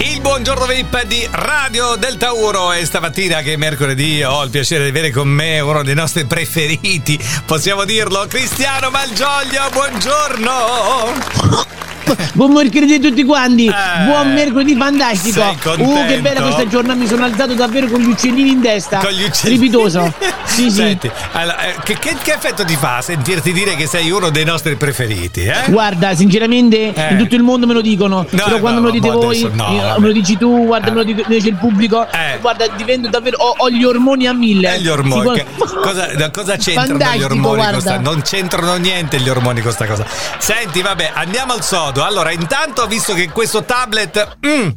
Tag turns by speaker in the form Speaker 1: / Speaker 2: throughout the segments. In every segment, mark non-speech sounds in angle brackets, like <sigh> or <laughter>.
Speaker 1: Il buongiorno VIP di Radio del Tauro e stamattina che è mercoledì ho il piacere di avere con me uno dei nostri preferiti, possiamo dirlo, Cristiano Malgioglio, buongiorno!
Speaker 2: Buon mercoledì a tutti quanti,
Speaker 1: Eh,
Speaker 2: buon mercoledì fantastico.
Speaker 1: sei contento?
Speaker 2: Uh, che bella questa giornata, mi sono alzato davvero con gli uccellini in testa.
Speaker 1: Con gli uccelli. <laughs>
Speaker 2: Ripitoso. Sì, sì.
Speaker 1: Senti, allora, eh, che, che- che effetto ti fa sentirti dire che sei uno dei nostri preferiti? Eh?
Speaker 2: Guarda, sinceramente
Speaker 1: Eh.
Speaker 2: in tutto il mondo me lo dicono, però quando
Speaker 1: no,
Speaker 2: me lo dite
Speaker 1: ma
Speaker 2: voi,
Speaker 1: adesso no,
Speaker 2: eh,
Speaker 1: vabbè.
Speaker 2: me lo dici tu, guarda,
Speaker 1: Eh.
Speaker 2: me lo dico- dice il pubblico,
Speaker 1: Eh.
Speaker 2: guarda, divento davvero, ho, ho gli ormoni a mille.
Speaker 1: E gli ormoni,
Speaker 2: Sì,
Speaker 1: che-
Speaker 2: <laughs> guarda-
Speaker 1: cosa, da cosa c'entrano gli
Speaker 2: Fantastico,
Speaker 1: ormoni? con
Speaker 2: guarda.
Speaker 1: sta- non c'entrano niente gli ormoni con sta cosa. Senti, vabbè, andiamo al sodo. Allora, intanto, visto che questo tablet mm,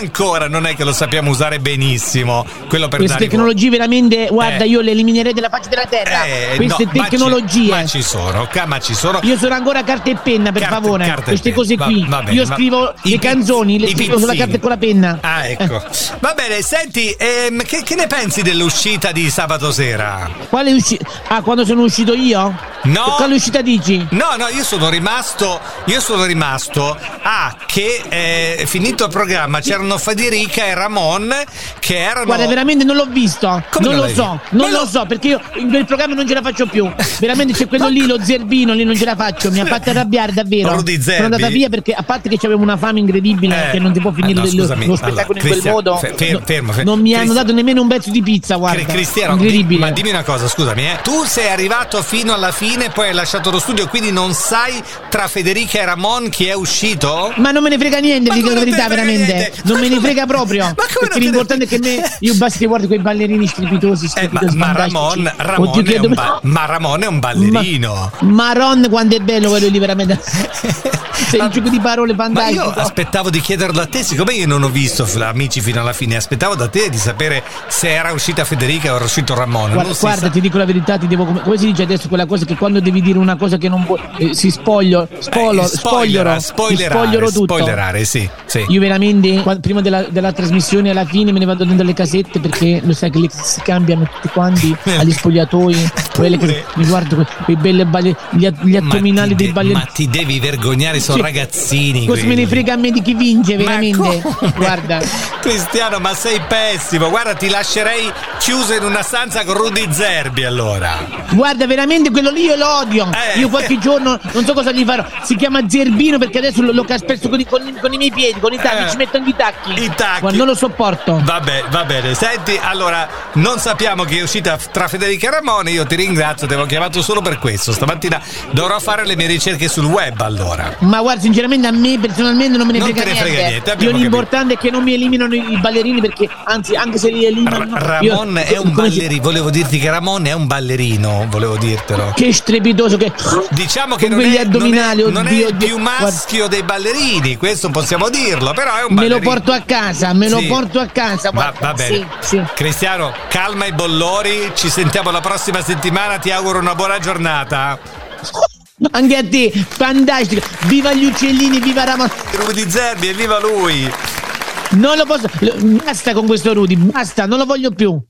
Speaker 1: ancora non è che lo sappiamo usare benissimo, quello per
Speaker 2: Queste
Speaker 1: dare i
Speaker 2: tecnologie veramente, guarda,
Speaker 1: Eh.
Speaker 2: io le eliminerei dalla faccia della
Speaker 1: voti.
Speaker 2: terra.
Speaker 1: Eh,
Speaker 2: Queste
Speaker 1: no, ma ci-
Speaker 2: tecnologie.
Speaker 1: Ma ci, sono, ca- ma ci sono.
Speaker 2: Io sono ancora carta e penna, per
Speaker 1: Carte-
Speaker 2: favore.
Speaker 1: carte e
Speaker 2: Queste
Speaker 1: penna.
Speaker 2: cose
Speaker 1: Va-
Speaker 2: qui.
Speaker 1: va bene,
Speaker 2: Io
Speaker 1: va-
Speaker 2: scrivo
Speaker 1: i
Speaker 2: le
Speaker 1: pizzi-
Speaker 2: canzoni, le
Speaker 1: i
Speaker 2: scrivo sulla
Speaker 1: pizzini.
Speaker 2: carta e con la penna. Eh.
Speaker 1: Ah, ecco. Va bene, senti, ehm, che, che ne pensi dell'uscita di sabato sera?
Speaker 2: Quale uscita? Ah, quando sono uscito io?
Speaker 1: No.
Speaker 2: Quale uscita dici?
Speaker 1: No, no, io sono rimasto. Io sono rimasto a che eh, finito il programma c'erano Federica e Ramon che erano.
Speaker 2: Guarda, veramente non l'ho visto.
Speaker 1: Come
Speaker 2: non
Speaker 1: non
Speaker 2: lo
Speaker 1: l'hai visto?
Speaker 2: so, non
Speaker 1: Ma
Speaker 2: lo
Speaker 1: no.
Speaker 2: so, perché io in quel programma non ce la faccio più. Veramente c'è quello lì, lo zerbino lì, non ce la faccio. Mi ha fatto arrabbiare davvero.
Speaker 1: Rudy
Speaker 2: sono andata
Speaker 1: Zerbi.
Speaker 2: via perché a parte che avevo una fame incredibile,
Speaker 1: Eh.
Speaker 2: che non si può finire
Speaker 1: Ah, no,
Speaker 2: lo- lo,
Speaker 1: scusami.
Speaker 2: lo spettacolo
Speaker 1: Allora,
Speaker 2: in quel
Speaker 1: Cristian,
Speaker 2: modo.
Speaker 1: fe- fermo,
Speaker 2: No,
Speaker 1: fermo, fermo.
Speaker 2: Non mi hanno
Speaker 1: Cristian.
Speaker 2: dato nemmeno un pezzo di pizza, guarda.
Speaker 1: Cri- Cristiano, di-
Speaker 2: incredibile.
Speaker 1: ma dimmi una cosa, scusami, eh. tu sei arrivato fino alla fine, poi hai lasciato lo studio, quindi non sai tra Federica e Ramon chi è uscito?
Speaker 2: Ma non me ne frega niente,
Speaker 1: Ma
Speaker 2: vi dico
Speaker 1: come non te
Speaker 2: la
Speaker 1: ne
Speaker 2: verità,
Speaker 1: frega
Speaker 2: veramente.
Speaker 1: niente?
Speaker 2: Non
Speaker 1: Ma
Speaker 2: me ne
Speaker 1: come-
Speaker 2: frega proprio.
Speaker 1: Ma come non te
Speaker 2: perché
Speaker 1: ne
Speaker 2: l'importante è che
Speaker 1: frega?
Speaker 2: me. Io basta che guardo quei ballerini strepitosi,
Speaker 1: Eh, ma,
Speaker 2: strepitosi,
Speaker 1: ma
Speaker 2: fantastici.
Speaker 1: Ramon, Ramon
Speaker 2: Oddio, che
Speaker 1: è un
Speaker 2: dove-
Speaker 1: ba- ma Ramon è un ballerino.
Speaker 2: Ma, Maron, quanto è bello quello
Speaker 1: <laughs>
Speaker 2: lì, veramente. Sei
Speaker 1: Ma-
Speaker 2: un gioco di parole
Speaker 1: Ma io
Speaker 2: fantastico.
Speaker 1: aspettavo di chiederlo a te, siccome io non ho visto F- Amici fino alla fine, aspettavo da te di sapere se era uscita Federica o era uscito Ramon.
Speaker 2: Guarda,
Speaker 1: non si
Speaker 2: guarda,
Speaker 1: sa.
Speaker 2: ti dico la verità, ti devo. Come, come si dice adesso quella cosa che quando devi dire una cosa che non vuoi. eh, si spoglio. Spolo,
Speaker 1: Eh,
Speaker 2: spoglierò.
Speaker 1: spoilera-
Speaker 2: mi
Speaker 1: spoilerare,
Speaker 2: spoglierò tutto.
Speaker 1: spoilerare, sì, sì.
Speaker 2: Io veramente, qua- prima della, della trasmissione, alla fine me ne vado dentro le casette perché lo sai che le, si cambiano tutti quanti
Speaker 1: Eh.
Speaker 2: agli spogliatoi. quelle che- mi guardo que- quei belli balle- gli, a- gli
Speaker 1: Ma ti
Speaker 2: addominali dei
Speaker 1: de-
Speaker 2: ballerini.
Speaker 1: Ma ti devi vergognare, sono
Speaker 2: Sì.
Speaker 1: ragazzini.
Speaker 2: Cosa me
Speaker 1: quelli.
Speaker 2: ne frega a me di chi vince,
Speaker 1: Ma
Speaker 2: veramente?
Speaker 1: come?
Speaker 2: Guarda.
Speaker 1: Cristiano, ma sei pessimo. Guarda, ti lascerei chiuso in una stanza con Rudy Zerbi allora.
Speaker 2: Guarda, veramente quello lì io lo odio.
Speaker 1: Eh.
Speaker 2: Io qualche giorno non so cosa gli farò. Si chiama Zerbino perché adesso lo, lo caspesso con i, con i- con i miei piedi, con i tacchi,
Speaker 1: Eh.
Speaker 2: ci mettono i tacchi.
Speaker 1: I tacchi.
Speaker 2: Guarda, non lo sopporto.
Speaker 1: Vabbè, va bene. Senti, allora, non sappiamo che è uscita f- tra Federica e Ramone. Io ti ringrazio, ti avevo chiamato solo per questo. Stamattina dovrò fare le mie ricerche sul web allora.
Speaker 2: Ma guarda, sinceramente a me personalmente non me ne
Speaker 1: Non
Speaker 2: frega
Speaker 1: te ne
Speaker 2: niente.
Speaker 1: frega niente,
Speaker 2: Io
Speaker 1: abbiamo
Speaker 2: l'importante è che non mi eliminano i i ballerini perché, anzi, anche se li
Speaker 1: R-
Speaker 2: eliminano. io-
Speaker 1: Ramon è un
Speaker 2: come si-
Speaker 1: ballerino, volevo dirti che Ramon è un ballerino, volevo dirtelo.
Speaker 2: Che strepitoso che.
Speaker 1: Diciamo che
Speaker 2: Con
Speaker 1: non
Speaker 2: quegli
Speaker 1: è, non è-
Speaker 2: addominali,
Speaker 1: non è
Speaker 2: oddio,
Speaker 1: il
Speaker 2: oddio,
Speaker 1: più
Speaker 2: guarda.
Speaker 1: maschio dei ballerini, questo possiamo dirlo, però è un
Speaker 2: Me
Speaker 1: ballerino.
Speaker 2: lo porto a casa, me
Speaker 1: Sì.
Speaker 2: lo porto a casa.
Speaker 1: Va,
Speaker 2: guarda.
Speaker 1: va bene.
Speaker 2: Sì, sì.
Speaker 1: Cristiano, calma i bollori, ci sentiamo la prossima settimana, ti auguro una buona giornata.
Speaker 2: Anche a te, fantastico. Viva gli uccellini, viva Ramon.
Speaker 1: Rudy Zerbi, evviva lui!
Speaker 2: Non lo posso. lo- Basta con questo Rudy, basta, non lo voglio più.